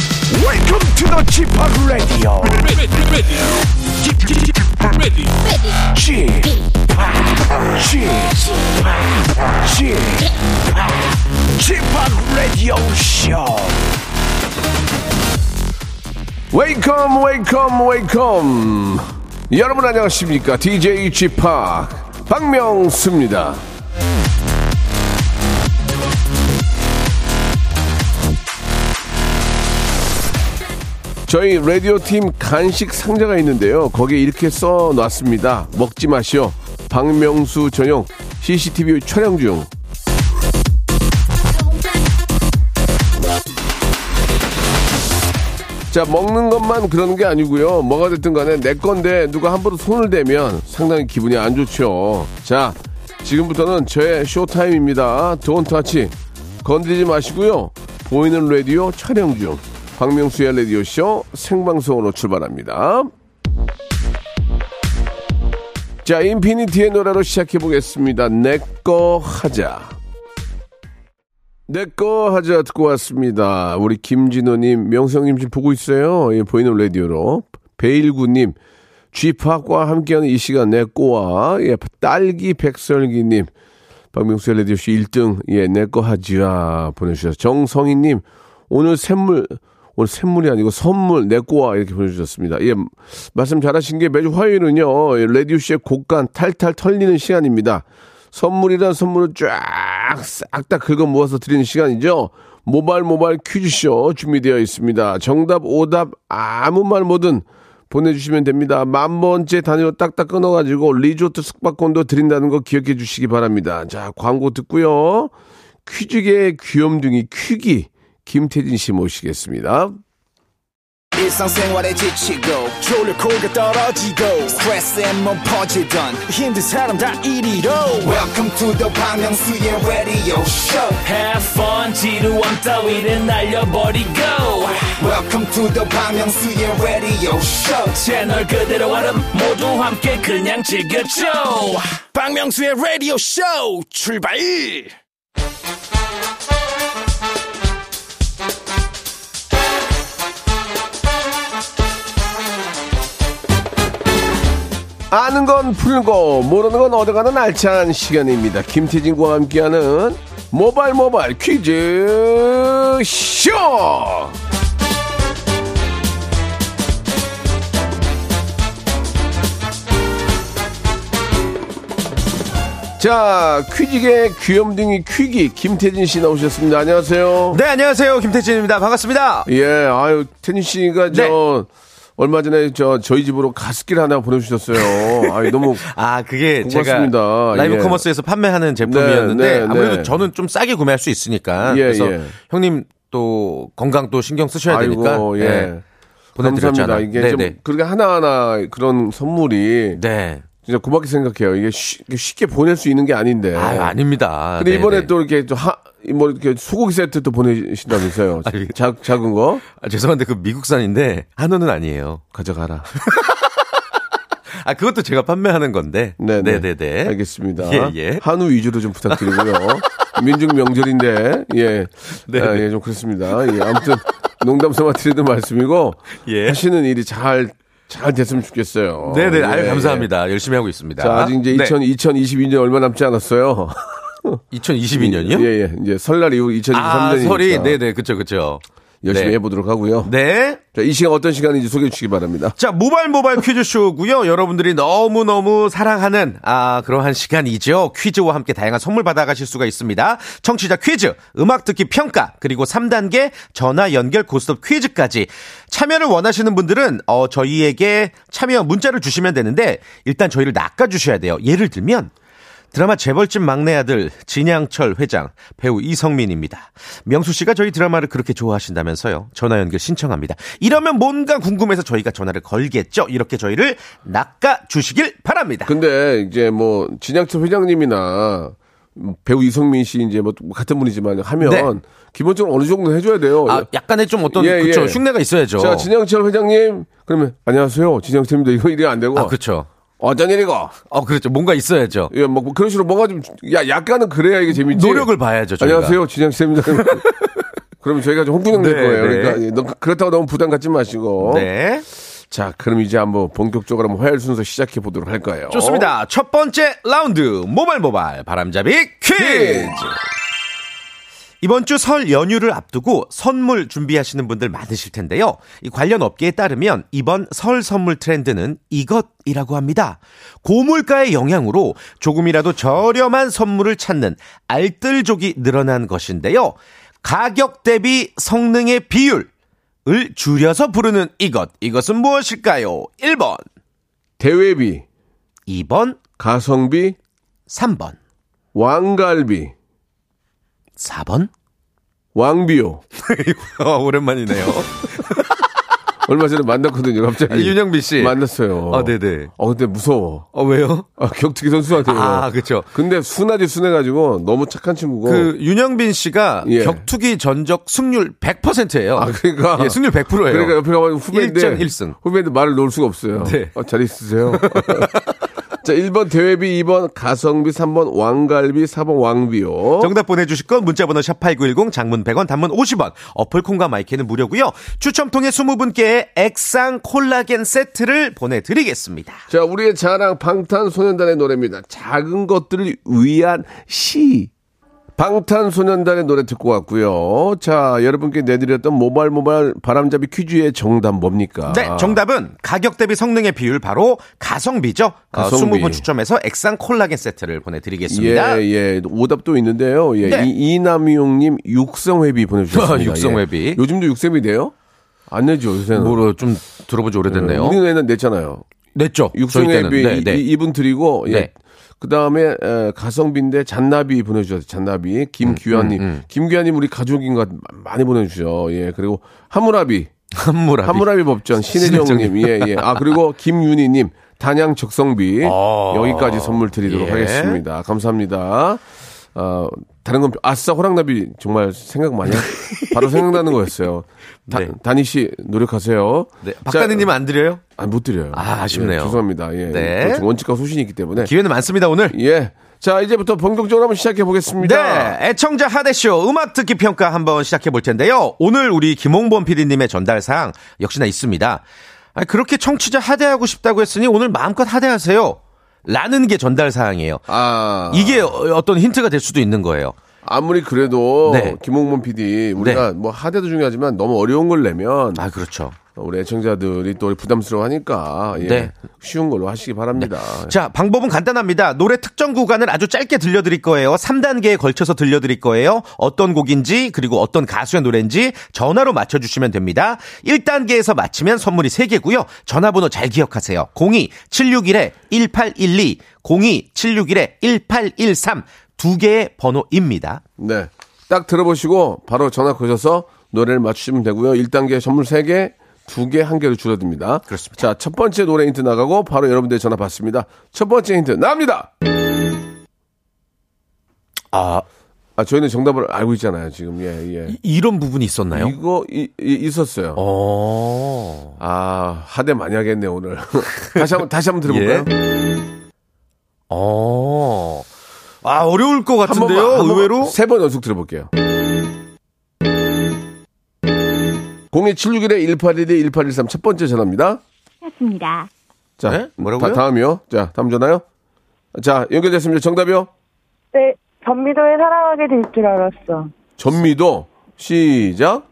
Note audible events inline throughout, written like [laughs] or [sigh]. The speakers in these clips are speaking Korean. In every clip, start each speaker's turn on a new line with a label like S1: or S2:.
S1: Welcome to the g p o p Radio.
S2: ready, ready, ready,
S1: g p o p g p o p Radio Show. Welcome, Welcome, Welcome. 여러분 안녕하십니까? DJ g p o p 박명수입니다. 저희 라디오 팀 간식 상자가 있는데요. 거기에 이렇게 써 놨습니다. 먹지 마시오. 박명수 전용 CCTV 촬영 중. 자, 먹는 것만 그러는 게 아니고요. 뭐가 됐든 간에 내 건데 누가 함부로 손을 대면 상당히 기분이 안 좋죠. 자, 지금부터는 저의 쇼타임입니다. 돈 터치. 건드리지 마시고요. 보이는 라디오 촬영 중. 박명수의 라디오쇼 생방송으로 출발합니다. 자, 인피니티의 노래로 시작해보겠습니다. 내꺼 하자. 네, 내꺼 하자 듣고 왔습니다. 우리 김진호님, 명성님 지금 보고 있어요. 예, 보이는 라디오로. 베일구님, 쥐팍과 함께하는 이 시간 내꺼와, 예, 딸기 백설기님, 박명수의 라디오쇼 1등, 예, 내꺼 하지야 보내주셔서 정성희님, 오늘 샘물, 오늘 샘물이 아니고 선물 내꺼와 이렇게 보내주셨습니다. 예, 말씀 잘하신 게 매주 화요일은요, 예, 라디오쇼의 곡간 탈탈 털리는 시간입니다. 선물이란 선물을 쫙 싹 다 긁어 모아서 드리는 시간이죠. 모발 모발 퀴즈쇼 준비되어 있습니다. 정답 오답 아무 말 뭐든 보내주시면 됩니다. 만 번째 단위로 딱딱 끊어가지고 리조트 숙박권도 드린다는 거 기억해 주시기 바랍니다. 자 광고 듣고요. 퀴즈계의 귀염둥이 퀴기 김태진 씨 모시겠습니다.
S3: 일상생활에 지치고, 졸려 코가 떨어지고, 스트레스에 몸 퍼지던, 힘든 사람 다 이리로. welcome to the Bang Myung-soo's radio show
S4: Have fun 지루한 따위를 날려버리고
S3: welcome to the Bang Myung-soo's radio show
S4: 채널 그대로 얼음 모두 함께 그냥 즐겨줘
S3: 박명수의 radio show 출발
S1: 아는 건 풀고 모르는 건 얻어가는 알찬 시간입니다. 김태진과 함께하는 모발 모발 퀴즈 쇼. 자 퀴즈계 귀염둥이 퀴기 김태진 씨 나오셨습니다. 안녕하세요.
S5: 네, 안녕하세요. 김태진입니다. 반갑습니다.
S1: 예, 아유 태진 씨가 저 얼마 전에 저 저희 집으로 가습기를 하나 보내주셨어요. 아유 너무
S5: 아, 그게
S1: 고맙습니다.
S5: 제가 라이브
S1: 예.
S5: 커머스에서 판매하는 제품이었는데
S1: 네, 네,
S5: 아무래도
S1: 네.
S5: 저는 좀 싸게 구매할 수 있으니까
S1: 예,
S5: 그래서
S1: 예.
S5: 형님 또 건강 또 신경 쓰셔야
S1: 아이고,
S5: 되니까
S1: 예.
S5: 예,
S1: 감사합니다.
S5: 보내드렸잖아요.
S1: 이게
S5: 네,
S1: 좀
S5: 네.
S1: 그렇게 하나하나 그런 선물이
S5: 네.
S1: 진짜 고맙게 생각해요. 이게 쉬- 이게 쉽게 보낼 수 있는 게 아닌데.
S5: 아유, 아닙니다.
S1: 예. 근데
S5: 네,
S1: 이번에
S5: 네.
S1: 또 이렇게 또 하, 뭐 이렇게 소고기 세트 또 보내신다면서요.
S5: 아니.
S1: 작, 작은 거
S5: 아, 죄송한데 그 미국산인데 한우는 아니에요.
S1: [laughs] 가져가라.
S5: 아, 그것도 제가 판매하는 건데.
S1: 네, 네,
S5: 네, 네.
S1: 알겠습니다.
S5: 예, 예.
S1: 한우 위주로 좀
S5: [laughs]
S1: 부탁드리고요. 민중 명절인데 예,
S5: 네,
S1: 아,
S5: 네.
S1: 예, 좀 그렇습니다. 예, 아무튼 농담 삼아 드리는 말씀이고
S5: 예.
S1: 하시는 일이 잘 잘 됐으면 좋겠어요.
S5: 네, 네. 아유,
S1: 예, 예.
S5: 감사합니다. 열심히 하고 있습니다.
S1: 자, 아직
S5: 네.
S1: 이제 2022년 얼마 남지 않았어요.
S5: 2022년이요?
S1: [laughs] 예, 예. 이제 설날 이후 2023년이니까
S5: 아, 설이 네, 네. 그쵸그쵸
S1: 열심히
S5: 네.
S1: 해보도록 하고요.
S5: 네.
S1: 자, 이 시간 어떤 시간인지 소개해 주시기 바랍니다.
S5: 자, 모발 모발 퀴즈쇼고요. 여러분들이 너무너무 사랑하는 아, 그러한 시간이죠. 퀴즈와 함께 다양한 선물 받아 가실 수가 있습니다. 청취자 퀴즈, 음악 듣기 평가, 그리고 3단계 전화 연결 고스톱 퀴즈까지 참여를 원하시는 분들은 어, 저희에게 참여 문자를 주시면 되는데 일단 저희를 낚아 주셔야 돼요. 예를 들면 드라마 재벌집 막내 아들 진양철 회장 배우 이성민입니다. 명수 씨가 저희 드라마를 그렇게 좋아하신다면서요. 전화 연결 신청합니다. 이러면 뭔가 궁금해서 저희가 전화를 걸겠죠. 이렇게 저희를 낚아 주시길 바랍니다.
S1: 근데 이제 뭐 진양철 회장님이나 배우 이성민 씨 이제 뭐 같은 분이지만 하면
S5: 네.
S1: 기본적으로 어느 정도 해줘야 돼요.
S5: 아, 약간의 좀 어떤
S1: 뭐 예,
S5: 그쵸
S1: 예.
S5: 흉내가 있어야죠.
S1: 자, 진양철 회장님 그러면 안녕하세요, 진양철입니다. 이거 이래 안 되고
S5: 아, 그렇죠.
S1: 어떤 일이고
S5: 어, 그렇죠. 뭔가 있어야죠.
S1: 예, 뭐 그런 식으로 뭔가 좀 야, 약간은 그래야 이게 재밌지.
S5: 노력을 봐야죠, 저희가. [laughs]
S1: 안녕하세요, 진양철입니다. 그러면 저희가 좀 홍군형 될
S5: 네,
S1: 거예요.
S5: 네.
S1: 그러니까 예, 너- 그렇다고 너무 부담 갖지 마시고.
S5: 네.
S1: 자, 그럼 이제 한번 본격적으로 한번 화요일 순서 시작해 보도록 할 거예요.
S5: 좋습니다. 첫 번째 라운드 모발 모발 바람잡이 퀴즈.
S1: 퀴즈.
S5: 이번 주 설 연휴를 앞두고 선물 준비하시는 분들 많으실 텐데요. 이 관련 업계에 따르면 이번 설 선물 트렌드는 이것이라고 합니다. 고물가의 영향으로 조금이라도 저렴한 선물을 찾는 알뜰족이 늘어난 것인데요. 가격 대비 성능의 비율을 줄여서 부르는 이것. 이것은 무엇일까요? 1번,
S1: 대회비,
S5: 2번,
S1: 가성비,
S5: 3번,
S1: 왕갈비,
S5: 4번.
S1: 왕비요.
S5: [laughs] 어, 오랜만이네요.
S1: 얼마 전에 만났거든요, 갑자기.
S5: 아, 윤영빈 씨.
S1: 만났어요.
S5: 아, 네네.
S1: 어, 근데 무서워.
S5: 어, 왜요?
S1: 아, 격투기 선수한테.
S5: 아, 그쵸.
S1: 근데 순하지 순해가지고 너무 착한 친구고.
S5: 그 윤영빈 씨가
S1: 예.
S5: 격투기 전적 승률 100%예요.
S1: 아, 그러니까.
S5: 예, 승률 100%예요.
S1: 그러니까 옆에 가면 후배인데.
S5: 1.1승.
S1: 후배인데 말을 놓을 수가 없어요.
S5: 네.
S1: 어, 잘 있으세요. [laughs] 자, 1번 대회비, 2번 가성비, 3번 왕갈비, 4번 왕비요.
S5: 정답 보내주실 건 문자번호 샵8910 장문 100원 단문 50원 어플 콩과 마이크는 무료고요 추첨 통해 20분께 액상 콜라겐 세트를 보내드리겠습니다
S1: 자, 우리의 자랑 방탄소년단의 노래입니다. 작은 것들을 위한 시. 방탄소년단의 노래 듣고 왔고요. 자, 여러분께 내드렸던 모발모발 바람잡이 퀴즈의 정답 뭡니까?
S5: 네 정답은 가격 대비 성능의 비율 바로 가성비죠
S1: 가성비.
S5: 가성비. 20분 추첨해서 액상 콜라겐 세트를 보내드리겠습니다
S1: 예, 예. 오답도 있는데요. 예.
S5: 네.
S1: 이, 이남용님 육성회비 보내주셨습니다.
S5: 아, [laughs] 육성회비.
S1: 예. 요즘도 육성회비 돼요? 안 내죠, 요새는.
S5: 뭐로 좀 들어본 지 오래됐네요
S1: 우리는 냈잖아요.
S5: 냈죠 저희 때는.
S1: 육성회비
S5: 네, 네.
S1: 이, 분 드리고 예.
S5: 네.
S1: 그다음에 에, 가성비인데 잔나비 보내주셨어요. 잔나비
S5: 음,
S1: 김규환님, 김규환님 우리 가족인 것 많이 보내주죠. 예 그리고 하무라비,
S5: 함무라비
S1: 하무라비 법전 신혜정님, 예예. 아
S5: [laughs]
S1: 그리고 김윤희님 단양 적성비
S5: 아.
S1: 여기까지 선물 드리도록
S5: 예.
S1: 하겠습니다. 감사합니다. 어, 다른 건 아싸 호랑나비 정말 생각 많이
S5: [laughs]
S1: 하- 바로 생각나는 거였어요. 다,
S5: 네.
S1: 다니 씨 노력하세요.
S5: 네,
S1: 자,
S5: 박다니님은 안 드려요?
S1: 아, 못 드려요.
S5: 아, 아쉽네요.
S1: 예, 죄송합니다. 예.
S5: 네.
S1: 네. 원칙과 소신이 있기 때문에.
S5: 기회는 많습니다 오늘
S1: 예. 자, 이제부터 본격적으로 한번 시작해 보겠습니다.
S5: 네, 애청자 하대쇼 음악 듣기 평가 한번 시작해 볼 텐데요. 오늘 우리 김홍범 PD님의 전달 사항 역시나 있습니다. 아, 그렇게 청취자 하대하고 싶다고 했으니 오늘 마음껏 하대하세요. 라는 게 전달 사항이에요.
S1: 아,
S5: 이게 어- 어떤 힌트가 될 수도 있는 거예요.
S1: 아무리 그래도
S5: 네.
S1: 김홍문 PD 우리가 뭐 하대도 중요하지만 너무 어려운 걸 내면
S5: 아, 그렇죠.
S1: 우리 애청자들이 또 부담스러워 하니까 예.
S5: 네.
S1: 쉬운 걸로 하시기 바랍니다.
S5: 자, 방법은 간단합니다. 노래 특정 구간을 아주 짧게 들려드릴 거예요. 3단계에 걸쳐서 들려드릴 거예요. 어떤 곡인지, 그리고 어떤 가수의 노래인지 전화로 맞춰주시면 됩니다. 1단계에서 맞히면 선물이 3개고요. 전화번호 잘 기억하세요. 02761-1812, 02761-1813. 두 개의 번호입니다.
S1: 네. 딱 들어보시고 바로 전화 거셔서 노래를 맞추시면 되고요. 1단계 선물 3개, 2개, 1개로 줄어듭니다.
S5: 그렇습니다.
S1: 자, 첫 번째 노래 힌트 나가고 바로 여러분들 전화 받습니다. 첫 번째 힌트 나옵니다.
S5: 아,
S1: 아, 저희는 정답을 알고 있잖아요, 지금. 예, 예.
S5: 이런 부분이 있었나요?
S1: 이거 이, 이- 있었어요.
S5: 어.
S1: 아, 하대 많이 하겠네, 오늘. [laughs] 다시 한번 다시 한번
S5: 예.
S1: 들어볼까요?
S5: 어. 아, 어려울 것
S1: 한 번만,
S5: 같은데요,
S1: 한 번만,
S5: 의외로?
S1: 세 번 연속 들어볼게요. 02761-1812-1813 첫 번째 전화입니다.
S6: 찾습니다.
S1: 자,
S5: 네? 뭐라고요?
S1: 다, 음이요 자, 다음 전화요. 자, 연결됐습니다. 정답이요.
S7: 네, 전미도에 사랑하게 될 줄 알았어.
S1: 전미도 시작.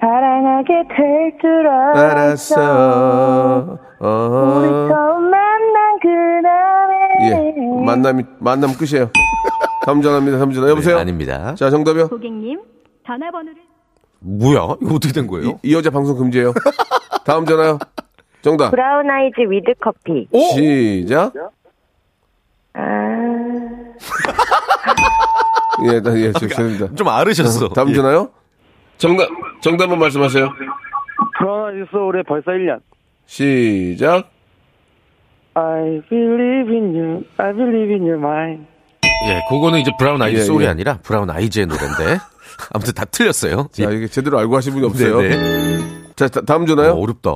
S7: 사랑하게 될 줄 알았어. 우리
S1: 어.
S7: 처음 만난 그 그날에.
S1: 예. 만남이 만남 끝이에요. 다음 전화입니다. 다음 전화. 여보세요.
S5: 네, 아닙니다.
S1: 자, 정답이요.
S6: 고객님, 전화번호를
S5: 뭐야? 이거 어떻게 된 거예요?
S1: 이 여자 방송 금지예요. 다음 전화요. 정답.
S7: 브라운 아이즈 위드 커피.
S1: 시작.
S7: 아,
S1: 예, 나, 예, 죄- 죄송합니다.
S5: 좀 아르셨어.
S1: 다음
S5: 예.
S1: 전화요. 정답. 정답만 말씀하세요.
S8: 불안하지 서울에 벌써 1년.
S1: 시작.
S8: I believe in you. I believe in your mind.
S5: 예, 그거는 이제 브라운 아이즈
S1: 예,
S5: 소울이
S1: 예.
S5: 아니라 브라운 아이즈의
S1: [laughs]
S5: 노래인데 아무튼 다 틀렸어요.
S1: 자, 이게 제대로 알고 하신 분이 없어요.
S5: 예. 네, 네.
S1: 자, 다, 다음
S5: 어,
S1: 전화요.
S5: 어렵다.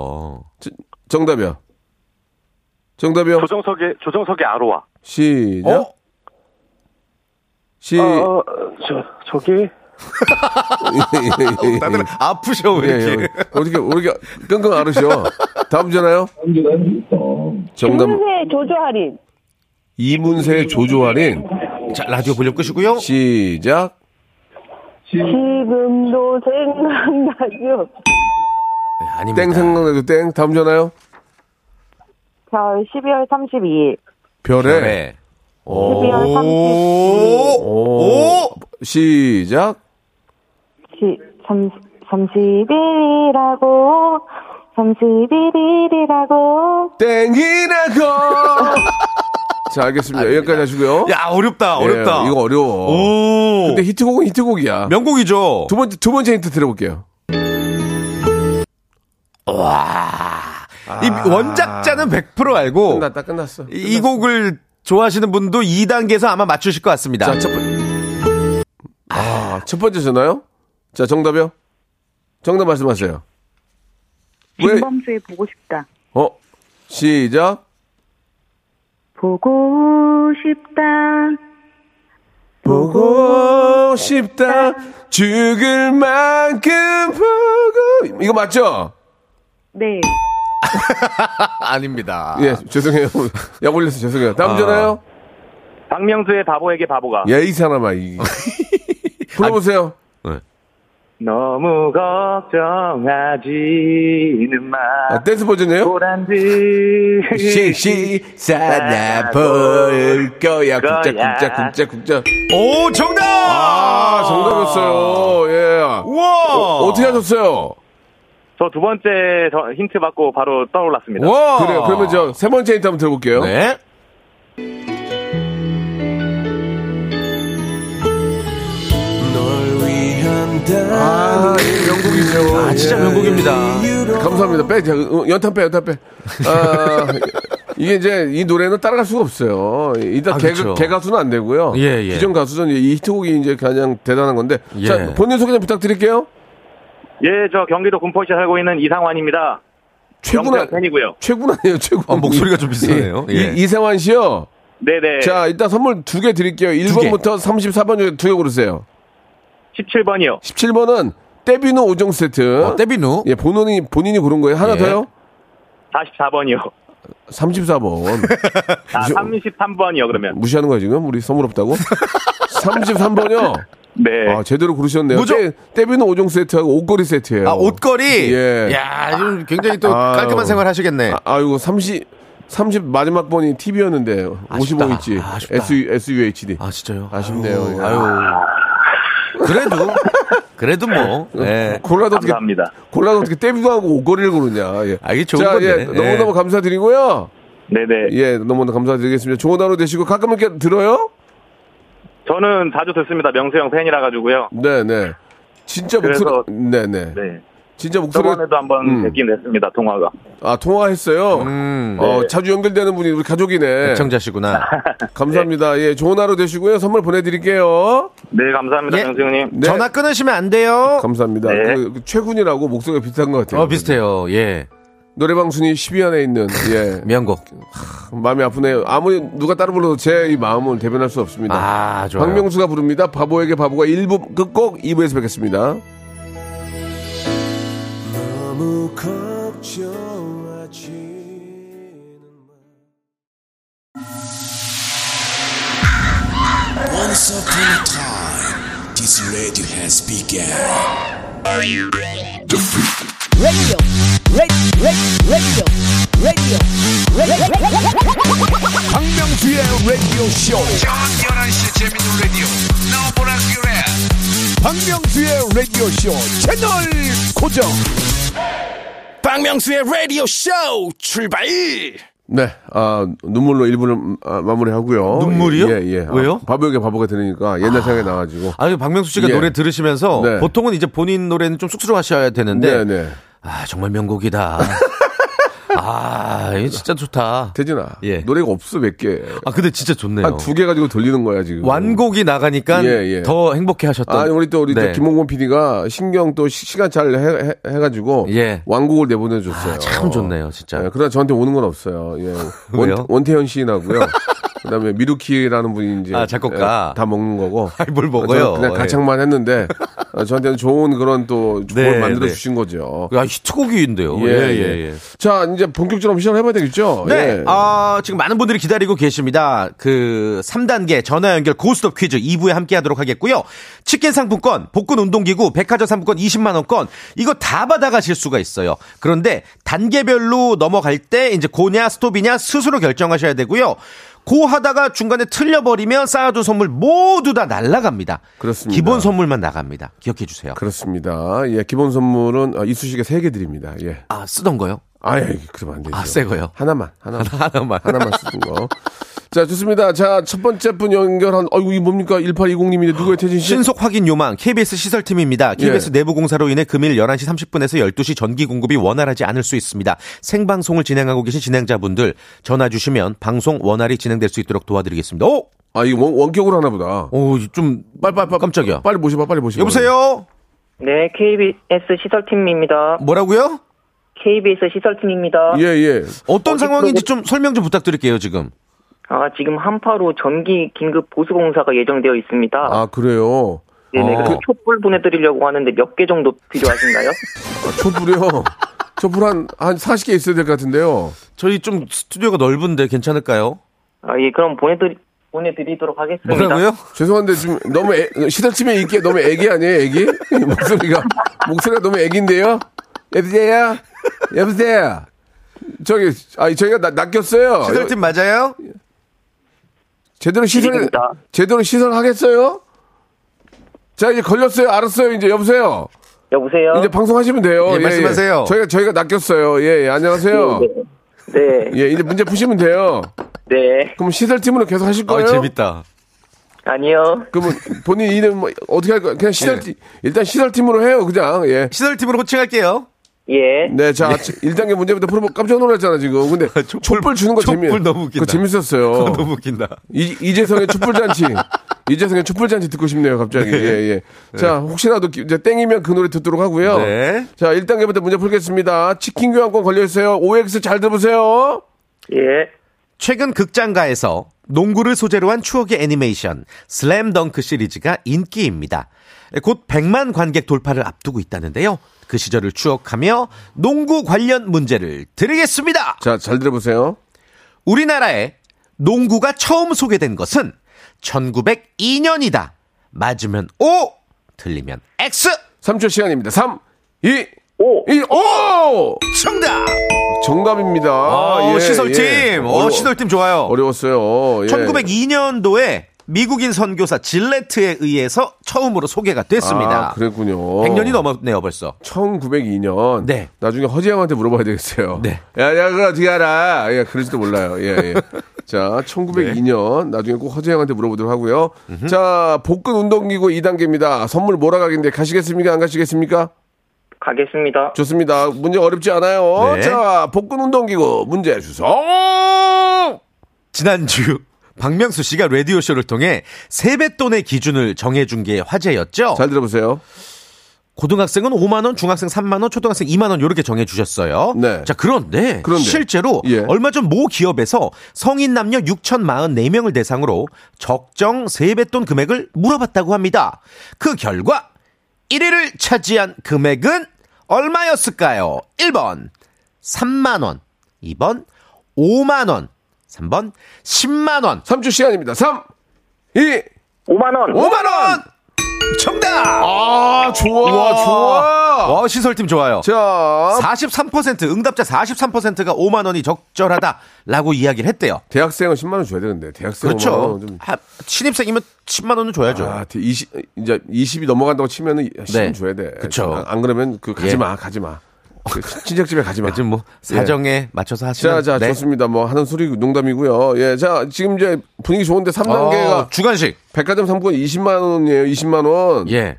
S1: 저- 정답이요. 정답이요.
S8: 조정석의, 조정석의 아로아.
S1: 시작.
S5: 어?
S1: 시, [laughs]
S8: 어, 아, 저, 저기.
S1: 예, 예, 예.
S5: 어, 다들 아프셔 왜
S1: 예,
S5: 이렇게?
S1: 예. 어떻게 어떻게 끙끙 앓으셔. 다음 전화요. 정답
S7: 김세 조조 할인.
S1: 이문세 조조할인
S5: 자 라디오 볼륨 끄시고요.
S1: 시작.
S7: 지금도 생각나요.
S5: 네, 아닙니다.
S1: 땡 생각나도 땡. 다음 전화요.
S7: 저 12월 32일.
S1: 별에
S5: 네.
S1: 오.
S7: 12월 30일.
S5: 오. 오.
S1: 시작.
S7: 31이라고. 31이라고.
S1: 땡이라고. 자 알겠습니다. 여기까지 하시고요.
S5: 야 어렵다
S1: 예,
S5: 어렵다.
S1: 이거 어려워.
S5: 오.
S1: 근데 히트곡은 히트곡이야.
S5: 명곡이죠.
S1: 두 번째 두 번째 힌트 드려볼게요.
S5: 이 원작자는 100% 알고
S1: 아. 끝났다 끝났어.
S5: 이, 이 곡을 좋아하시는 분도 2단계에서 아마 맞추실 것 같습니다.
S1: 자, 첫 번째. 아, 첫 번째 전화요? 자, 정답이요? 정답 말씀하세요. 왜?
S7: 김범수의 보고 싶다.
S1: 어? 시작.
S7: 보고 싶다.
S1: 보고 싶다. 죽을 만큼 보고. 이거 맞죠?
S7: 네.
S5: 아, 닙니다
S1: 예, 죄송해요. [laughs] 약 올려서 죄송해요. 다음
S5: 아.
S1: 전화요?
S9: 박명수의 바보에게 바보가
S1: 예, 이 사람아. 이. [laughs] 불러보세요. 예.
S9: 너무 걱정하지는 마
S1: 아, 댄스 버전이에요?
S9: 보란 듯
S1: 시시 사나볼 거야 국자 국자 국자 국자
S5: 오 정답.
S1: 아 정답이었어요 예
S5: 우와.
S1: 어떻게 하셨어요?
S9: 저 두 번째 저 힌트 받고 바로 떠올랐습니다
S1: 어?
S5: 와.
S1: 그래요. 그러면 저 세 번째 힌트 한번 들어볼게요.
S5: 네.
S1: 아, 이 명곡이죠.
S5: 아 진짜 명곡입니다.
S1: 예. 감사합니다. 빼, 자, 어, 연탄 빼, 연탄 빼. 아, [laughs] 이게 이제 이 노래는 따라갈 수가 없어요. 일단
S5: 아,
S1: 개,
S5: 그쵸.
S1: 개가수는 안 되고요.
S5: 예, 예.
S1: 기존 가수는 이 히트곡이 이제 가장 대단한 건데.
S5: 예.
S1: 자, 본인 소개 좀 부탁드릴게요.
S9: 예 저 경기도 군포시에 살고 있는 이상환입니다
S1: 최군
S9: 명수형 팬이고요
S1: 최군 아니에요, 최군.
S5: 아, 목소리가 좀 비슷하네요. 예.
S1: 이, 이세환 씨요.
S9: 네네
S1: 자, 일단 선물 두 개 드릴게요. 1번부터 34번 중에 두 개 고르세요.
S9: 17번이요
S1: 17번은 떼비누 5종 세트.
S5: 어, 때비누.
S1: 예, 본인이, 본인이 고른 거예요. 하나
S5: 예.
S1: 더요?
S9: 44번이요
S1: 34번.
S9: 아 33번이요 그러면
S1: 무시하는 거야, 지금? 우리 선물
S5: [laughs]
S1: 없다고? 33번이요?
S9: 네
S1: 아, 제대로 고르셨네요.
S5: 뭐죠?
S1: 때, 때비는 5종 세트하고 옷걸이 세트예요
S5: 아 옷걸이.
S1: 예.
S5: 야 지금 굉장히 또
S1: 아유.
S5: 깔끔한 생활 하시겠네.
S1: 아, 아이고, 30, 30 마지막 번이 TV였는데, 55 있지.
S5: 아, 아쉽다.
S1: SU, SUHD.
S5: 아 진짜요?
S1: 아쉽네요.
S5: 아유,
S1: 예.
S5: 아유. 그래도 그래도 뭐. 예.
S1: 아, 골라도 어떻게,
S9: 감사합니다
S1: 골라도 어떻게 때비도하고 옷걸이를 고르냐. 예.
S5: 아, 이게 좋은
S1: 자,
S5: 건데.
S1: 예, 너무너무
S5: 예.
S1: 감사드리고요.
S9: 네네
S1: 예, 너무너무 감사드리겠습니다. 좋은 하루 되시고, 가끔 이렇게 들어요?
S9: 저는 자주 듣습니다 명수형 팬이라 가지고요
S1: 네네. 진짜 목소리,
S9: 그래서-
S1: 네네.
S9: 네
S1: 진짜 목소리,
S9: 저번에도 한번
S1: 음.
S9: 뵙긴 했습니다 통화가
S1: 아, 통화했어요?
S5: 음.
S9: 네.
S1: 어, 자주 연결되는 분이 우리 가족이네.
S5: 애청자시구나.
S1: 감사합니다. 예, 좋은 하루 되시고요. 선물 보내드릴게요.
S9: 네 감사합니다
S5: 예.
S9: 명수 형님
S1: 네.
S5: 전화 끊으시면 안 돼요.
S1: 감사합니다.
S9: 네.
S1: 그, 그 최군이라고 목소리가 비슷한 것 같아요.
S5: 어 비슷해요. 예.
S1: 노래방 순위 10위 안에 있는, 예.
S5: 명곡.
S1: 마음이 아프네요. 아무리 누가 따로 불러도 제 이 마음을 대변할 수 없습니다.
S5: 아 좋아요.
S1: 박명수가 부릅니다. 바보에게 바보가 1부 끝곡 2부에서 뵙겠습니다.
S2: 박명수의 라디오 쇼 출발
S1: 네, 아, 눈물로 1부를 아, 마무리하고요.
S5: 눈물이요?
S1: 예, 예. 아,
S5: 왜요?
S1: 바보에게 바보가 되니까 옛날 생각이 나가지고.
S5: 아니 그 박명수 씨가
S1: 예.
S5: 노래 들으시면서
S1: 네.
S5: 보통은 이제 본인 노래는 좀 쑥스러워하셔야
S1: 네,
S5: 되는데
S1: 네.
S5: 아 정말 명곡이다.
S1: [laughs]
S5: 아 이거 진짜 좋다.
S1: 태진아.
S5: 예.
S1: 노래가 없어, 몇 개.
S5: 아 근데 진짜 좋네요.
S1: 한 두 개 가지고 돌리는 거야, 지금.
S5: 완곡이 나가니까
S1: 예, 예.
S5: 더 행복해하셨던.
S1: 아니 우리 또 우리
S5: 네.
S1: 또 김홍곤 PD가 신경 또 시, 시간 잘 해, 해, 해가지고
S5: 예.
S1: 왕곡을 내보내줬어요.
S5: 아, 참 좋네요, 진짜. [laughs]
S1: 예, 그러나 저한테 오는 건 없어요. 예. 원,
S5: 왜요? [laughs]
S1: 원태현 시인하고요. 그다음에 미루키라는 분이 이제
S5: 아, 작곡가.
S1: 예, 다 먹는 거고.
S5: [laughs] 아니, 뭘 먹어요?
S1: 저는 그냥
S5: 예.
S1: 가창만 했는데 어, 저한테는 좋은 그런 또
S5: 네,
S1: 조언을 만들어
S5: 네.
S1: 주신 거죠.
S5: 야, 히트곡인데요.
S1: 예, 예. 자, 이제 본격적으로 한번 시작해봐야 되겠죠?
S5: 네,
S1: 예.
S5: 아, 지금 많은 분들이 기다리고 계십니다. 그 3단계 전화 연결 고스톱 퀴즈 2부에 함께 하도록 하겠고요. 치킨 상품권, 복근 운동기구, 백화점 상품권 20만원권, 이거 다 받아가실 수가 있어요. 그런데 단계별로 넘어갈 때 이제 고냐, 스톱이냐 스스로 결정하셔야 되고요. 고 하다가 중간에 틀려버리면 쌓아둔 선물 모두 다 날라갑니다.
S1: 그렇습니다.
S5: 기본 선물만 나갑니다. 기억해 주세요.
S1: 그렇습니다. 예, 기본 선물은 아, 이쑤시개 3개 드립니다. 예.
S5: 아, 쓰던 거요?
S1: 아예 그러면 안 되죠.
S5: 아, 새 거요?
S1: 하나만, 하나만.
S5: 하나만.
S1: 하나만 쓰는 거. 자, 좋습니다. 자, 첫 번째 분 연결한, 어이구, 이 뭡니까? 1820님인데 누구의 태진 씨?
S5: 신속 확인 요망 KBS 시설팀입니다. KBS
S1: 예.
S5: 내부 공사로 인해 금일 11시 30분에서 12시 전기 공급이 원활하지 않을 수 있습니다. 생방송을 진행하고 계신 진행자분들 전화 주시면 방송 원활히 진행될 수 있도록 도와드리겠습니다. 오,
S1: 아, 이거 원, 원격으로 하나 보다.
S5: 오좀
S1: 빨리, 빨리, 빨리.
S5: 깜짝이야.
S1: 빨리 모셔봐, 빨리 모셔봐.
S5: 여보세요.
S8: 네, KBS 시설팀입니다.
S5: 뭐라고요?
S8: KBS 시설팀입니다.
S1: 예, 예.
S5: 어떤
S8: 어,
S5: 상황인지 좀 설명 좀 부탁드릴게요 지금.
S8: 아, 지금 한파로 전기 긴급 보수 공사가 예정되어 있습니다.
S1: 아, 그래요?
S8: 네네,
S5: 어.
S8: 그래서 촛불 보내드리려고 하는데 몇 개 정도 필요하신가요?
S1: 아, 촛불이요? 촛불 한, 한 40개 있어야 될 것 같은데요.
S5: 그, 저희 좀 스튜디오가 넓은데 괜찮을까요?
S8: 아, 예, 그럼 보내드리, 보내드리도록
S1: 네.
S8: 하겠습니다.
S1: 아,
S5: 뭐라고요?
S1: 죄송한데 지금 너무 애, 시설팀에 있게 너무 애기 아니에요, 애기? 목소리가 목소리가 너무 애기인데요. 여보세요, 여보세요. 저기 아 저희가 나, 낚였어요.
S5: 시설팀 맞아요?
S1: 제대로 시설
S8: 드립니다.
S1: 제대로 시설하겠어요? 자 이제 걸렸어요. 알았어요. 이제 여보세요.
S8: 여보세요?
S1: 이제 방송하시면 돼요.
S5: 예, 말씀하세요.
S1: 저희가 저희가 낚였어요. 예, 예, 안녕하세요.
S8: 네,
S1: 예, 이제 문제 푸시면 돼요.
S8: 네.
S1: 그럼 시설팀으로 계속 하실 아, 거예요?
S5: 아, 재밌다.
S8: 아니요.
S1: 그러면 본인 이름 뭐 어떻게 할 거예요? 그냥 시설 팀 일단 시설팀으로 해요. 그냥 예.
S5: 시설팀으로 호칭할게요.
S8: 예.
S1: 네, 자, 1단계 문제부터 풀어보 깜짝 놀랐잖아, 지금.
S5: [laughs]
S1: 근데 촛불, 주는 거 재미,
S5: 촛불 너무
S1: 그거
S5: 웃긴다.
S1: 재밌었어요.
S5: [laughs] 너무 웃긴다.
S1: 이, 이재성의
S5: [laughs]
S1: 촛불잔치. 이재성의 촛불잔치 듣고 싶네요, 갑자기. 예, 예. 자, 혹시라도 기- 이제 땡이면 그 노래 듣도록 하고요.
S5: 네.
S1: 자, 1단계부터 문제 풀겠습니다. 치킨 교환권 걸려있어요. OX 잘 들어보세요.
S8: 예.
S5: 최근 극장가에서 농구를 소재로 한 추억의 애니메이션 슬램덩크 시리즈가 인기입니다. 곧 100만 관객 돌파를 앞두고 있다는데요. 그 시절을 추억하며 농구 관련 문제를 드리겠습니다.
S1: 자, 잘 들어보세요.
S5: 우리나라에 농구가 처음 소개된 것은 1902년이다. 맞으면 O, 틀리면 X.
S1: 3초 시간입니다. 3, 2,
S8: 5.
S1: 1, 오!
S5: 정답!
S1: 정답입니다.
S5: 어,
S1: 예,
S5: 시설팀.
S1: 예.
S5: 어,
S1: 어려워-
S5: 시설팀 좋아요.
S1: 어려웠어요. 예.
S5: 1902년도에 미국인 선교사 질레트에 의해서 처음으로 소개가
S1: 아,
S5: 됐습니다.
S1: 그랬군요.
S5: 100년이 넘었네요, 벌써.
S1: 1902년.
S5: 네.
S1: 나중에 허지영한테 물어봐야 되겠어요.
S5: 네.
S1: 야, 야, 그거 어떻게 알아? 예, 그럴지도 몰라요. 예, 예.
S5: [laughs]
S1: 자, 1902년.
S5: 네.
S1: 나중에 꼭 허지영한테 물어보도록 하고요. 자, 복근 운동기구 2단계입니다. 선물 몰아가기인데 가시겠습니까? 안 가시겠습니까?
S8: 가겠습니다.
S1: 좋습니다. 문제 어렵지 않아요.
S5: 네.
S1: 자, 복근 운동기구 문제 주소. 어!
S5: 지난주 [laughs] 박명수 씨가 라디오쇼를 통해 세뱃돈의 기준을 정해준 게 화제였죠.
S1: 잘 들어보세요.
S5: 고등학생은 5만 원, 중학생 3만 원, 초등학생 2만 원 이렇게 정해 주셨어요.
S1: 네.
S5: 자, 그런데,
S1: 그런데.
S5: 실제로
S1: 예.
S5: 얼마 전 모 기업에서 성인 남녀 6,044명을 대상으로 적정 세뱃돈 금액을 물어봤다고 합니다. 그 결과 1위를 차지한 금액은 얼마였을까요? 1번 3만 원, 2번 5만 원, 3번 10만 원.
S1: 3주 시간입니다. 3, 2,
S8: 5만원.
S1: 5만 원!
S5: 정답!
S1: 아, 좋아, 좋아.
S5: 와, 시설팀 좋아요.
S1: 자,
S5: 43% 응답자 43%가 5만 원이 적절하다라고 이야기를 했대요.
S1: 대학생은 10만 원 줘야 되는데 대학생
S5: 그렇죠.
S1: 5만 원 좀.
S5: 하- 신입생이면 10만 원은 줘야죠.
S1: 아, 20 이제 20이 넘어간다고 치면은 10
S5: 네.
S1: 줘야 돼.
S5: 그쵸.
S1: 안, 안 그러면 그 가지
S5: 예.
S1: 마, 가지 마. 그 친척 집에 가지 마.
S5: 지금 뭐 사정에 맞춰서
S1: 예. 자,
S5: 하시면 네.
S1: 자, 좋습니다. 뭐 하는 소리 농담이고요. 예, 자, 지금 이제 분위기 좋은데 3단계가
S5: 어, 주간식.
S1: 백화점 상품권 20만 원이에요. 20만 원.
S5: 예.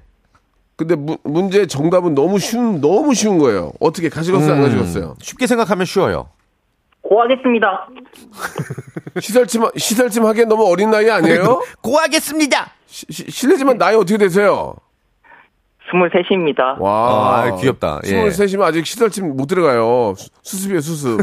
S1: 근데 무- 문제 정답은 너무 쉬운 너무 쉬운 거예요. 어떻게 가져갔어요?
S5: 음.
S1: 안 가져갔어요?
S5: 쉽게 생각하면 쉬워요.
S8: 고하겠습니다.
S1: 시설팀 시설팀 하기엔 너무
S5: 그
S1: 어린 나이 아니에요?
S5: 고하겠습니다.
S1: 시- 시- 실례지만 나이 어떻게 되세요?
S10: 23입니다.
S1: 와,
S5: 아, 귀엽다. 예.
S1: 23이면 아직 시설침 못 들어가요. 수- 수습이에요, 수습.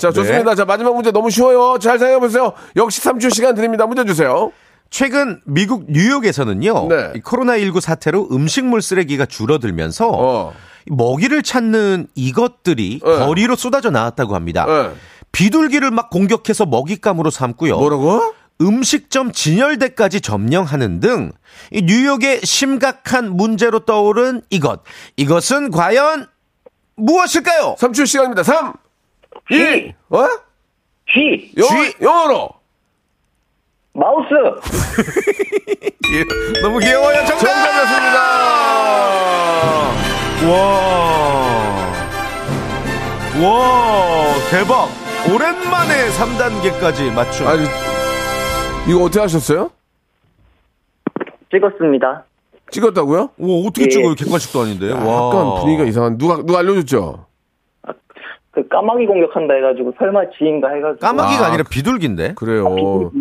S1: 자,
S5: 네.
S1: 좋습니다. 자, 마지막 문제 너무 쉬워요. 잘 생각해보세요. 역시 3초 시간 드립니다. 문제 주세요.
S5: 최근 미국 뉴욕에서는요.
S1: 네.
S5: 이 코로나19 사태로 음식물 쓰레기가 줄어들면서
S1: 어.
S5: 먹이를 찾는 이것들이
S1: 네.
S5: 거리로 쏟아져 나왔다고 합니다.
S1: 네.
S5: 비둘기를 막 공격해서 먹잇감으로 삼고요.
S1: 뭐라고?
S5: 음식점 진열대까지 점령하는 등이 뉴욕의 심각한 문제로 떠오른 이것. 이것은 과연 무엇일까요?
S1: 3초 시간입니다. 3, 2, 어?
S11: 쥐,
S1: 영어,
S5: G.
S1: 영어로.
S11: 마우스,
S5: 너무 귀여워요. 정답!
S1: 정답이었습니다.
S5: 와. 와, 대박. 오랜만에 3단계까지 맞춤.
S1: 아니, 이거 어떻게 하셨어요?
S10: 찍었습니다.
S1: 찍었다고요?
S5: 와, 어떻게
S11: 예.
S5: 찍어요? 객관식도 아닌데. 와.
S1: 약간 분위기가 이상한. 누가, 누가 알려줬죠?
S10: 그 까마귀 공격한다 해가지고 설마 지인가 해가지고
S5: 까마귀가
S1: 아,
S5: 아니라 비둘기인데.
S1: 그래요.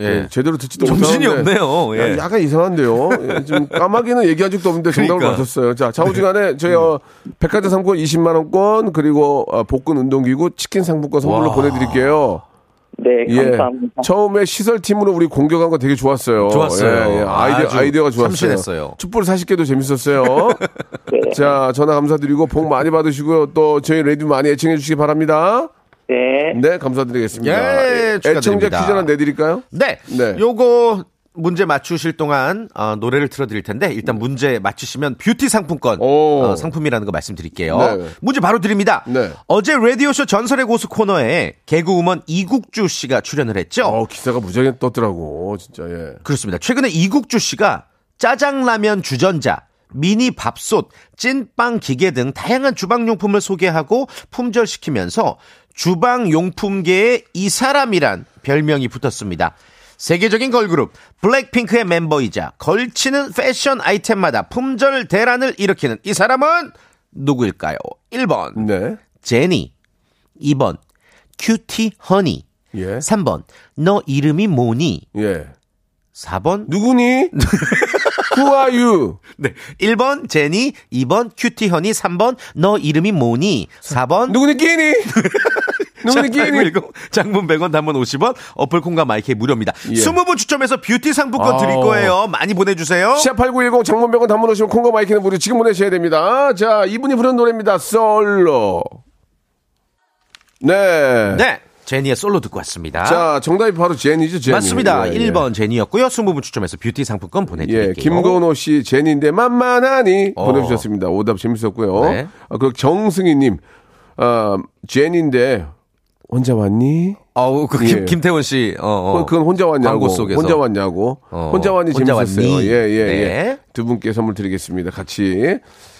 S5: 예.
S1: 예, 제대로 듣지도
S5: 정신이
S1: 못하는데.
S5: 없네요. 예.
S1: 야, 약간 이상한데요. 예, 지금 까마귀는 얘기한 적도 없는데 정답을
S5: 그러니까.
S1: 맞췄어요. 자,
S5: [laughs]
S1: 좌우지간에 저희 어, 백화점 상품권 20만 원권 그리고 어, 복근 운동기구 치킨 상품권 선물로
S5: 와.
S1: 보내드릴게요.
S10: 네
S1: 예,
S10: 감사합니다.
S1: 처음에 시설 팀으로 우리 공격한 거 되게 좋았어요.
S5: 좋았어요.
S1: 예, 예. 아이디어,
S5: 아주
S1: 아이디어가 좋았어요.
S5: 참신했어요.
S1: 촛불 40개도 재밌었어요.
S10: 네.
S1: 자, 전화 감사드리고 복 많이 받으시고요. 또 저희 레디오 많이 애청해 주시기 바랍니다.
S10: 네.
S1: 네, 감사드리겠습니다.
S5: 예,
S1: 애청자
S5: 축하드립니다.
S1: 퀴즈 하나 내드릴까요?
S5: 네.
S1: 네.
S5: 요거 문제 맞추실 동안 어, 노래를 틀어드릴 텐데 일단 문제 맞추시면 뷰티 상품권
S1: 오.
S5: 어, 상품이라는 거 말씀드릴게요.
S1: 네.
S5: 문제 바로 드립니다.
S1: 네.
S5: 어제 라디오쇼 전설의 고수 코너에 개그우먼 이국주 씨가 출연을 했죠.
S1: 어, 기사가 무지하게 떴더라고. 진짜, 예.
S5: 그렇습니다. 최근에 이국주 씨가 짜장라면 주전자, 미니 밥솥, 찐빵 기계 등 다양한 주방용품을 소개하고 품절시키면서 주방용품계의 이 사람이란 별명이 붙었습니다. 세계적인 걸그룹 블랙핑크의 멤버이자 걸치는 패션 아이템마다 품절 대란을 일으키는 이 사람은 누구일까요? 1번
S1: 네.
S5: 제니 2번 큐티 허니
S1: 예.
S5: 3번 너 이름이 뭐니
S1: 예.
S5: 4번 [laughs]
S1: 누구니? Who are you?
S5: 네. 1번 제니, 2번 큐티 허니, 3번 너 이름이 뭐니, 4번
S1: 누구니
S5: [laughs]
S1: 끼니? 누구니 끼니?
S5: 고 장문 100원, 단문 50원, 어플 콩과 마이크 무료입니다.
S1: 예.
S5: 20분 추첨해서 뷰티 상품권
S1: 아.
S5: 드릴 거예요. 많이 보내주세요.
S1: 샵8910 장문병원 단문 오시면 콩과 마이키는 무료 지금 보내셔야 됩니다. 자, 이분이 부른 노래입니다. 솔로. 네.
S5: 네. 제니의 솔로 듣고 왔습니다.
S1: 자, 정답이 바로 제니죠, 제니.
S5: 맞습니다.
S1: 예, 예.
S5: 1번 제니였고요. 20분 추첨해서 뷰티 상품권 보내드릴게요.
S1: 예, 김건호 씨 제니인데 만만하니
S5: 어.
S1: 보내주셨습니다. 오답 재밌었고요.
S5: 네.
S1: 아, 그리고 정승희님, 아, 제니인데 혼자 왔니?
S5: 어우, 그 김,
S1: 예.
S5: 김태원 씨. 어, 어.
S1: 그건 혼자 왔냐고.
S5: 광고 속에서.
S1: 혼자 왔냐고.
S5: 어.
S1: 혼자 왔니
S5: 혼자
S1: 재밌었어요.
S5: 왔니?
S1: 예, 예, 예.
S5: 네.
S1: 두 분께 선물 드리겠습니다. 같이.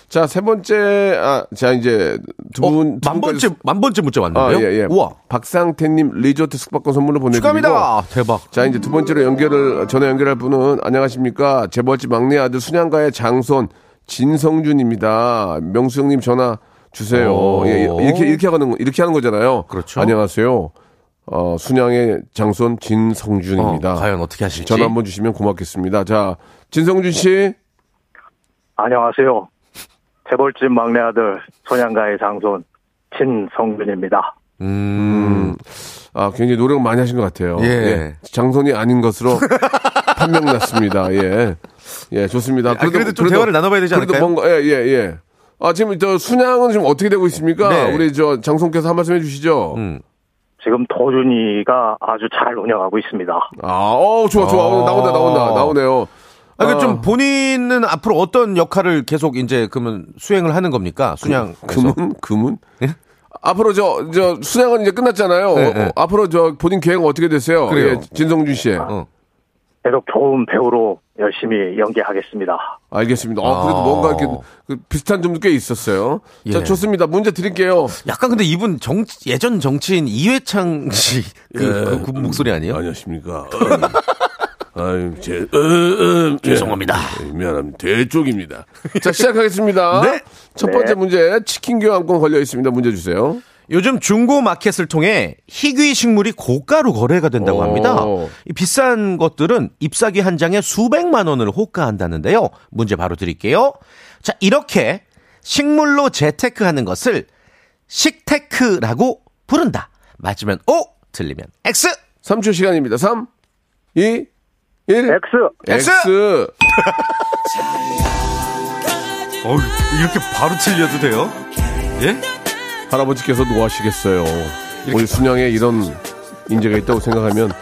S1: 자, 세 번째, 아, 자, 이제 두
S5: 어,
S1: 분. 두 분까지-
S5: 만 번째, 만 번째 문자
S1: 아,
S5: 왔는데요?
S1: 예, 예.
S5: 우와.
S1: 박상태님 리조트 숙박권 선물로 보내드리고.
S5: 축하합니다. 대박.
S1: 자, 이제 두 번째로 연결을, 전화 연결할 분은 안녕하십니까. 재벌집 막내 아들 순양가의 장손 진성준입니다. 명수 형님 전화 주세요.
S5: 오.
S1: 예, 예. 이렇게, 이렇게 하는, 거- 이렇게 하는 거잖아요.
S5: 그렇죠.
S1: 안녕하세요. 어, 순양의 장손
S5: 어,
S1: 진성준입니다.
S5: 과연 어떻게 하실지.
S1: 전화 한번 주시면 고맙겠습니다. 자, 진성준 씨.
S9: 안녕하세요. 재벌집 막내 아들 소양가의 장손 진성준입니다.
S5: 음.
S1: 아, 굉장히 노력을 많이 하신 것 같아요.
S5: 예.
S1: 장손이 아닌
S5: [laughs]
S1: 것으로 판명났습니다. 예. 예, 좋습니다.
S5: 아, 그래도 좀 대화를 나눠봐야 되지
S1: 그래도
S5: 않을까요?
S1: 뭔가, 예, 예, 예. 아, 지금 저 순양은 지금 어떻게 되고 있습니까?
S5: 네.
S1: 우리 저 장손께서 한 말씀 해주시죠.
S5: 음.
S9: 지금 도준이가 아주 잘 운영하고 있습니다.
S1: 아, 어 좋아, 좋아. 어, 나온다, 나온다, 나오네요.
S5: 아, 그러니까
S1: 아.
S5: 좀 본인은 앞으로 어떤 역할을 계속 이제 그러면 수행을 하는 겁니까? 순양
S1: 금은? 금은? 앞으로 저, 저, 순양은 이제 끝났잖아요.
S5: 예? 네,
S1: 어,
S5: 네.
S1: 앞으로 저, 본인 계획은 어떻게 되세요?
S5: 그래요.
S1: 예,
S5: 어.
S1: 진성준 씨.
S9: 계속 좋은 배우로 열심히 연기하겠습니다.
S1: 알겠습니다. 아, 그래도
S5: 아.
S1: 뭔가 이렇게 그 비슷한 점도 꽤 있었어요. 자,
S5: 예.
S1: 좋습니다. 문제 드릴게요.
S5: 약간 근데 이분 정 예전 정치인 이회창 씨그 그, 그 목소리 아니에요? [laughs]
S1: 안녕하십니까. 음. 아유, 제, 어, 어, 죄송합니다. 미안합니다. 대쪽입니다.
S5: [laughs]
S1: 자, 시작하겠습니다.
S5: 네.
S1: 첫 번째 문제, 치킨 교환권 걸려 있습니다. 문제 주세요.
S5: 요즘 중고 마켓을 통해 희귀 식물이 고가로 거래가 된다고
S1: 오.
S5: 합니다. 이 비싼 것들은 잎사귀 한 장에 수백만 원을 호가한다는데요. 문제 바로 드릴게요. 자, 이렇게 식물로 재테크하는 것을 식테크라고 부른다. 맞으면 O, 틀리면 X.
S1: 3초 시간입니다. 3, 2, 1.
S5: X.
S1: X.
S5: 어, 이렇게 바로 틀려도 돼요? 예?
S1: 할아버지께서 노하시겠어요. 우리 순양에 이런 인재가 있다고 생각하면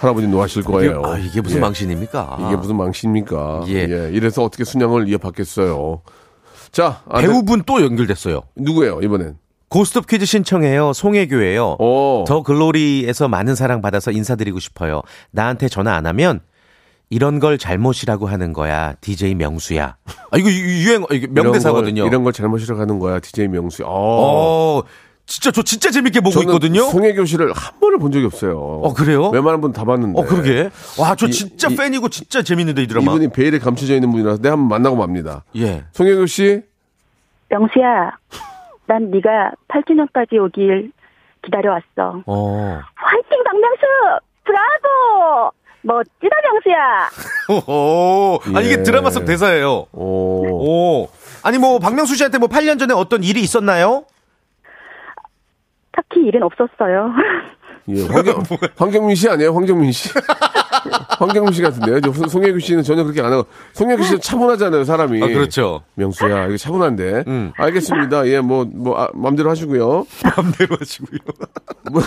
S1: 할아버지 노하실 거예요.
S5: 아, 이게 무슨
S1: 예.
S5: 망신입니까? 아.
S1: 이게 무슨 망신입니까?
S5: 예.
S1: 예. 이래서 어떻게 순양을 이어받겠어요. 자, 아,
S5: 배우분 또 연결됐어요.
S1: 누구예요, 이번엔? 어.
S5: 고스톱 퀴즈 신청해요. 송혜교예요.
S1: 오.
S5: 더 글로리에서 많은 사랑 받아서 인사드리고 싶어요. 나한테 전화 안 하면 이런 걸 잘못이라고 하는 거야. DJ 명수야. 아 이거 유- 유행 이게
S1: 이런
S5: 명대사거든요.
S1: 걸- 이런 걸 잘못이라고 하는 거야, DJ 명수. 어.
S5: 어. 진짜 저 진짜 재밌게 보고
S1: 저는
S5: 있거든요.
S1: 송혜교 씨를 한 번을 본 적이 없어요.
S5: 어, 그래요?
S1: 웬만한 분 다 봤는데.
S5: 어 그러게. 와, 저
S1: 네. 이-
S5: 진짜
S1: 이-
S5: 팬이고 진짜 재밌는데 이 드라마.
S1: 이분이 베일에 감춰져 있는 분이라서 내가 한번 만나고 맙니다.
S5: 예.
S1: 송혜교 씨,
S12: 명수야, 난 네가 8주년까지 오길 기다려왔어.
S5: 어.
S12: 화이팅 박명수! 브라보! 멋지다 명수야!
S5: 오. [laughs] 아
S1: 예.
S5: 이게 드라마 속 대사예요.
S1: 오.
S5: 오. 아니 뭐 박명수 씨한테 뭐 8년 전에 어떤 일이 있었나요?
S12: 딱히 일은 없었어요. [laughs]
S1: 예,
S5: [laughs]
S1: 황경, 황경민 씨 아니에요? 황경민 씨. [laughs] 황경민 씨 같은데요? 저 송- 송혜교 씨는 전혀 그렇게 안 하고. 송혜교 씨는 차분하잖아요, 사람이.
S5: 아 그렇죠. [laughs]
S1: 명수야, 이거 차분한데.
S5: 음.
S1: 알겠습니다. 예, 뭐, 뭐, 아, 마음대로 하시고요.
S5: 맘대로
S1: [laughs]
S5: 하시고요.
S1: 뭐,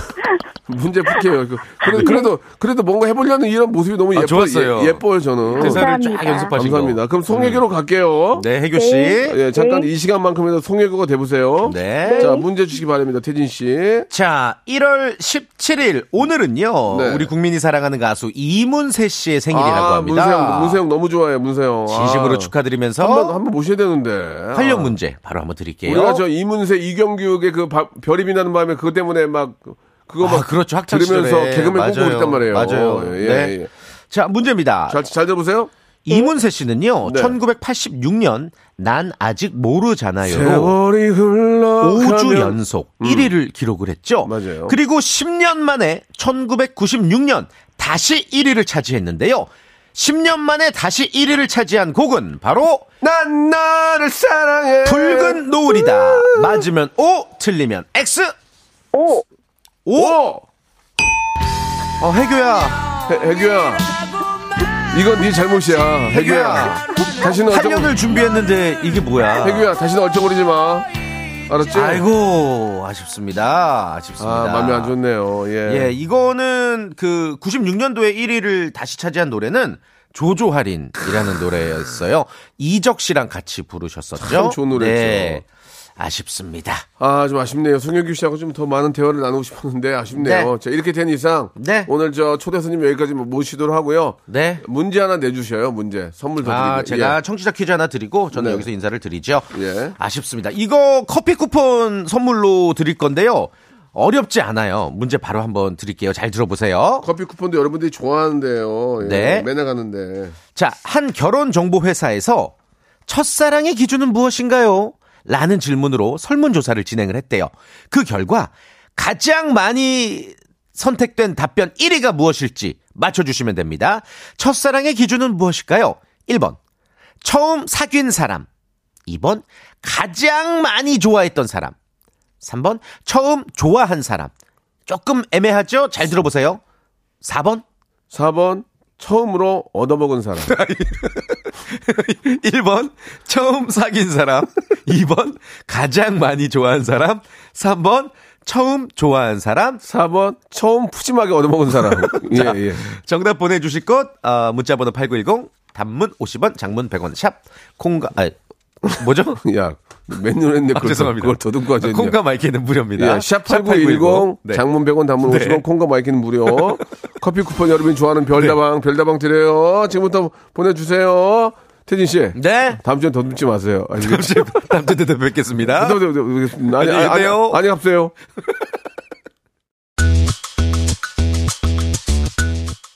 S1: 문제 풀게요. 그- 그래, 그래도, 그래도 뭔가 해보려는 이런 모습이 너무
S5: 네. 아,
S1: 예뻐,
S5: 좋았어요.
S1: 예, 예뻐요, 저는.
S5: 대사를 쫙
S12: 감사합니다.
S5: 연습하시고.
S1: 감사합니다. 그럼 송혜교로 갈게요.
S5: 네, 혜교 씨.
S12: 네.
S1: 예, 잠깐 이 시간만큼이라도 송혜교가 돼보세요.
S5: 네.
S1: 자, 문제 주시기 바랍니다, 태진 씨.
S5: 자, 1월 17일 오늘은요.
S1: 네.
S5: 우리 국민이 사랑하는 가수 이문세 씨의 생일이라고
S1: 아,
S5: 합니다.
S1: 문세영, 문세영 너무 좋아해요, 문세영.
S5: 진심으로
S1: 아.
S5: 축하드리면서
S1: 한번 한번 모셔야 되는데.
S5: 활력
S1: 아.
S5: 문제 바로 한번 드릴게요.
S1: 우리가 저 이문세 이경규의 그 바- 별이 빛나는 밤에 그것 때문에 막 그거 막
S5: 아, 그렇죠. 학창 시절에.
S1: 들으면서 개그맨
S5: 맞아요.
S1: 꿈꾸고 있단 말이에요.
S5: 맞아요.
S1: 예,
S5: 네.
S1: 예.
S5: 자, 문제입니다.
S1: 잘, 잘 들어보세요.
S5: 이문세 씨는요.
S1: 네.
S5: 1986년 난 아직 모르잖아요.
S1: 세월이 흘러
S5: 5주 연속 1위를 기록을 했죠.
S1: 어, 맞아요.
S5: 그리고 10년 만에 1996년 다시 1위를 차지했는데요. 10년 만에 다시 1위를 차지한 곡은 바로
S1: 난 나를 사랑해.
S5: 붉은 노을이다. 맞으면 O, 틀리면 X.
S12: 오!
S5: O. 어, 해교야.
S1: 해, 교야 이건 네 잘못이야. 해교야. 다시는
S5: 한
S1: 얼쩡
S5: 년을 준비했는데 이게 뭐야?
S1: 해교야 다시는 얼쩡거리지 마. 알았지?
S5: 아이고, 아쉽습니다.
S1: 아,
S5: 아쉽습니다.
S1: 마음이 안 좋네요.
S5: 예, 이거는 그 96년도에 1위를 다시 차지한 노래는 조조할인이라는 노래였어요. 이적 씨랑 같이 부르셨었죠.
S1: 참 좋은 노래죠.
S5: 네. 아쉽습니다.
S1: 아, 좀 아쉽네요. 송영규 씨하고 좀 더 많은 대화를 나누고 싶었는데 아쉽네요.
S5: 네.
S1: 자, 이렇게 된 이상
S5: 네.
S1: 오늘 저 초대 손님 여기까지 뭐 모시도록 하고요.
S5: 네.
S1: 문제 하나 내주셔요. 문제 선물 더 드리고. 예.
S5: 아, 제가 청취자 퀴즈 하나 드리고 저는
S1: 네.
S5: 여기서 인사를 드리죠.
S1: 예.
S5: 아쉽습니다. 이거 커피 쿠폰 선물로 드릴 건데요. 어렵지 않아요. 문제 바로 한번 드릴게요. 잘 들어보세요.
S1: 커피 쿠폰도 여러분들이 좋아하는데요. 예,
S5: 네.
S1: 맨날 가는데.
S5: 자, 한 결혼 정보 회사에서 첫사랑의 기준은 무엇인가요? 라는 질문으로 설문조사를 진행을 했대요. 그 결과 가장 많이 선택된 답변 1위가 무엇일지 맞춰주시면 됩니다. 첫사랑의 기준은 무엇일까요? 1번. 처음 사귄 사람. 2번. 가장 많이 좋아했던 사람. 3번. 처음 좋아한 사람. 조금 애매하죠? 잘 들어보세요. 4번.
S1: 4번 처음으로 얻어먹은 사람.
S5: [laughs] 1번 처음 사귄 사람 2번 가장 많이 좋아한 사람 3번 처음 좋아한 사람
S1: 4번 처음 푸짐하게 얻어먹은
S5: [laughs]
S1: 사람. 예, 예.
S5: 정답 보내주실 것 어, 문자번호 8910 단문 50원 장문 100원 샵 콩가 아, [laughs] 뭐죠?
S1: 예. 야, 몇년 했는데
S5: 아,
S1: 그걸,
S5: 죄송합니다.
S1: 그걸 더듬고 하셨냐.
S5: 콩가 마이크는 무료입니다.
S1: 예, 샵8910
S5: 네.
S1: 장문 100원 단문 50원
S5: 네.
S1: 콩과 마이키는
S5: [laughs]
S1: 무료 커피 쿠폰 여러분이 좋아하는 별다방
S5: 네.
S1: 별다방 드려요 지금부터 보내주세요 태진씨
S5: 네. [laughs]
S1: 다음 주엔 더 눕지 마세요 아니 이게-
S5: 잠시 다음 주에 또 뵙겠습니다.
S1: 더, 더, 더, 더, 네, 아니, 아니,
S5: 안녕히
S1: 아니,
S5: 계세요.
S1: 아니
S5: [laughs]
S1: 갑세요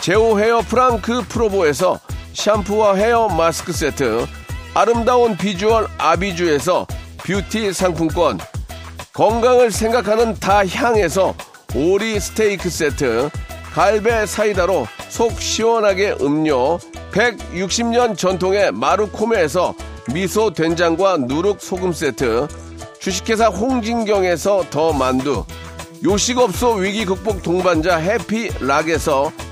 S1: 제오 헤어 프랑크 프로보에서 샴푸와 헤어 마스크 세트 아름다운 비주얼 아비주에서 뷰티 상품권 건강을 생각하는 다향에서 오리 스테이크 세트 갈배 사이다로 속 시원하게 음료 160년 전통의 마루코메에서 미소 된장과 누룩 소금 세트 주식회사 홍진경에서 더 만두 요식업소 위기 극복 동반자 해피락에서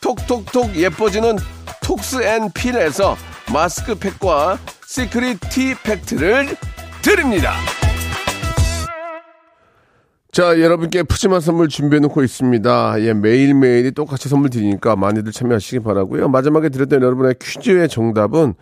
S1: 톡톡톡 예뻐지는 톡스앤필에서 마스크팩과 시크릿 티팩트를 드립니다. 자, 여러분께 푸짐한 선물 준비해놓고 있습니다. 예, 매일매일이 똑같이 선물 드리니까 많이들 참여하시기 바라고요 마지막에 드렸던 여러분의 퀴즈의 정답은,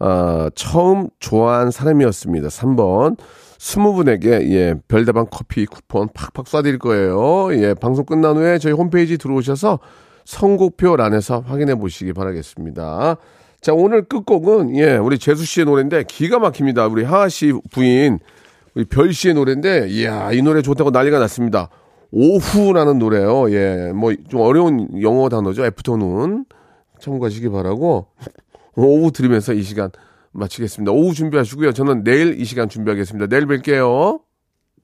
S1: 아, 처음 좋아한 사람이었습니다. 3번. 20분에게, 예, 별다방 커피 쿠폰 팍팍 쏴드릴 거예요. 예, 방송 끝난 후에 저희 홈페이지 들어오셔서 선곡표란에서 확인해 보시기 바라겠습니다. 자, 오늘 끝곡은, 예, 우리 재수 씨의 노래인데 기가 막힙니다. 우리 하하 씨 부인. 우리 별 씨의 노래인데, 이야, 이 노래 좋다고 난리가 났습니다. 오후라는 노래요. 예, 뭐, 좀 어려운 영어 단어죠. 애프터눈. 참고하시기 바라고, [laughs] 오후 들으면서 이 시간 마치겠습니다. 오후 준비하시고요. 저는 내일 이 시간 준비하겠습니다. 내일 뵐게요.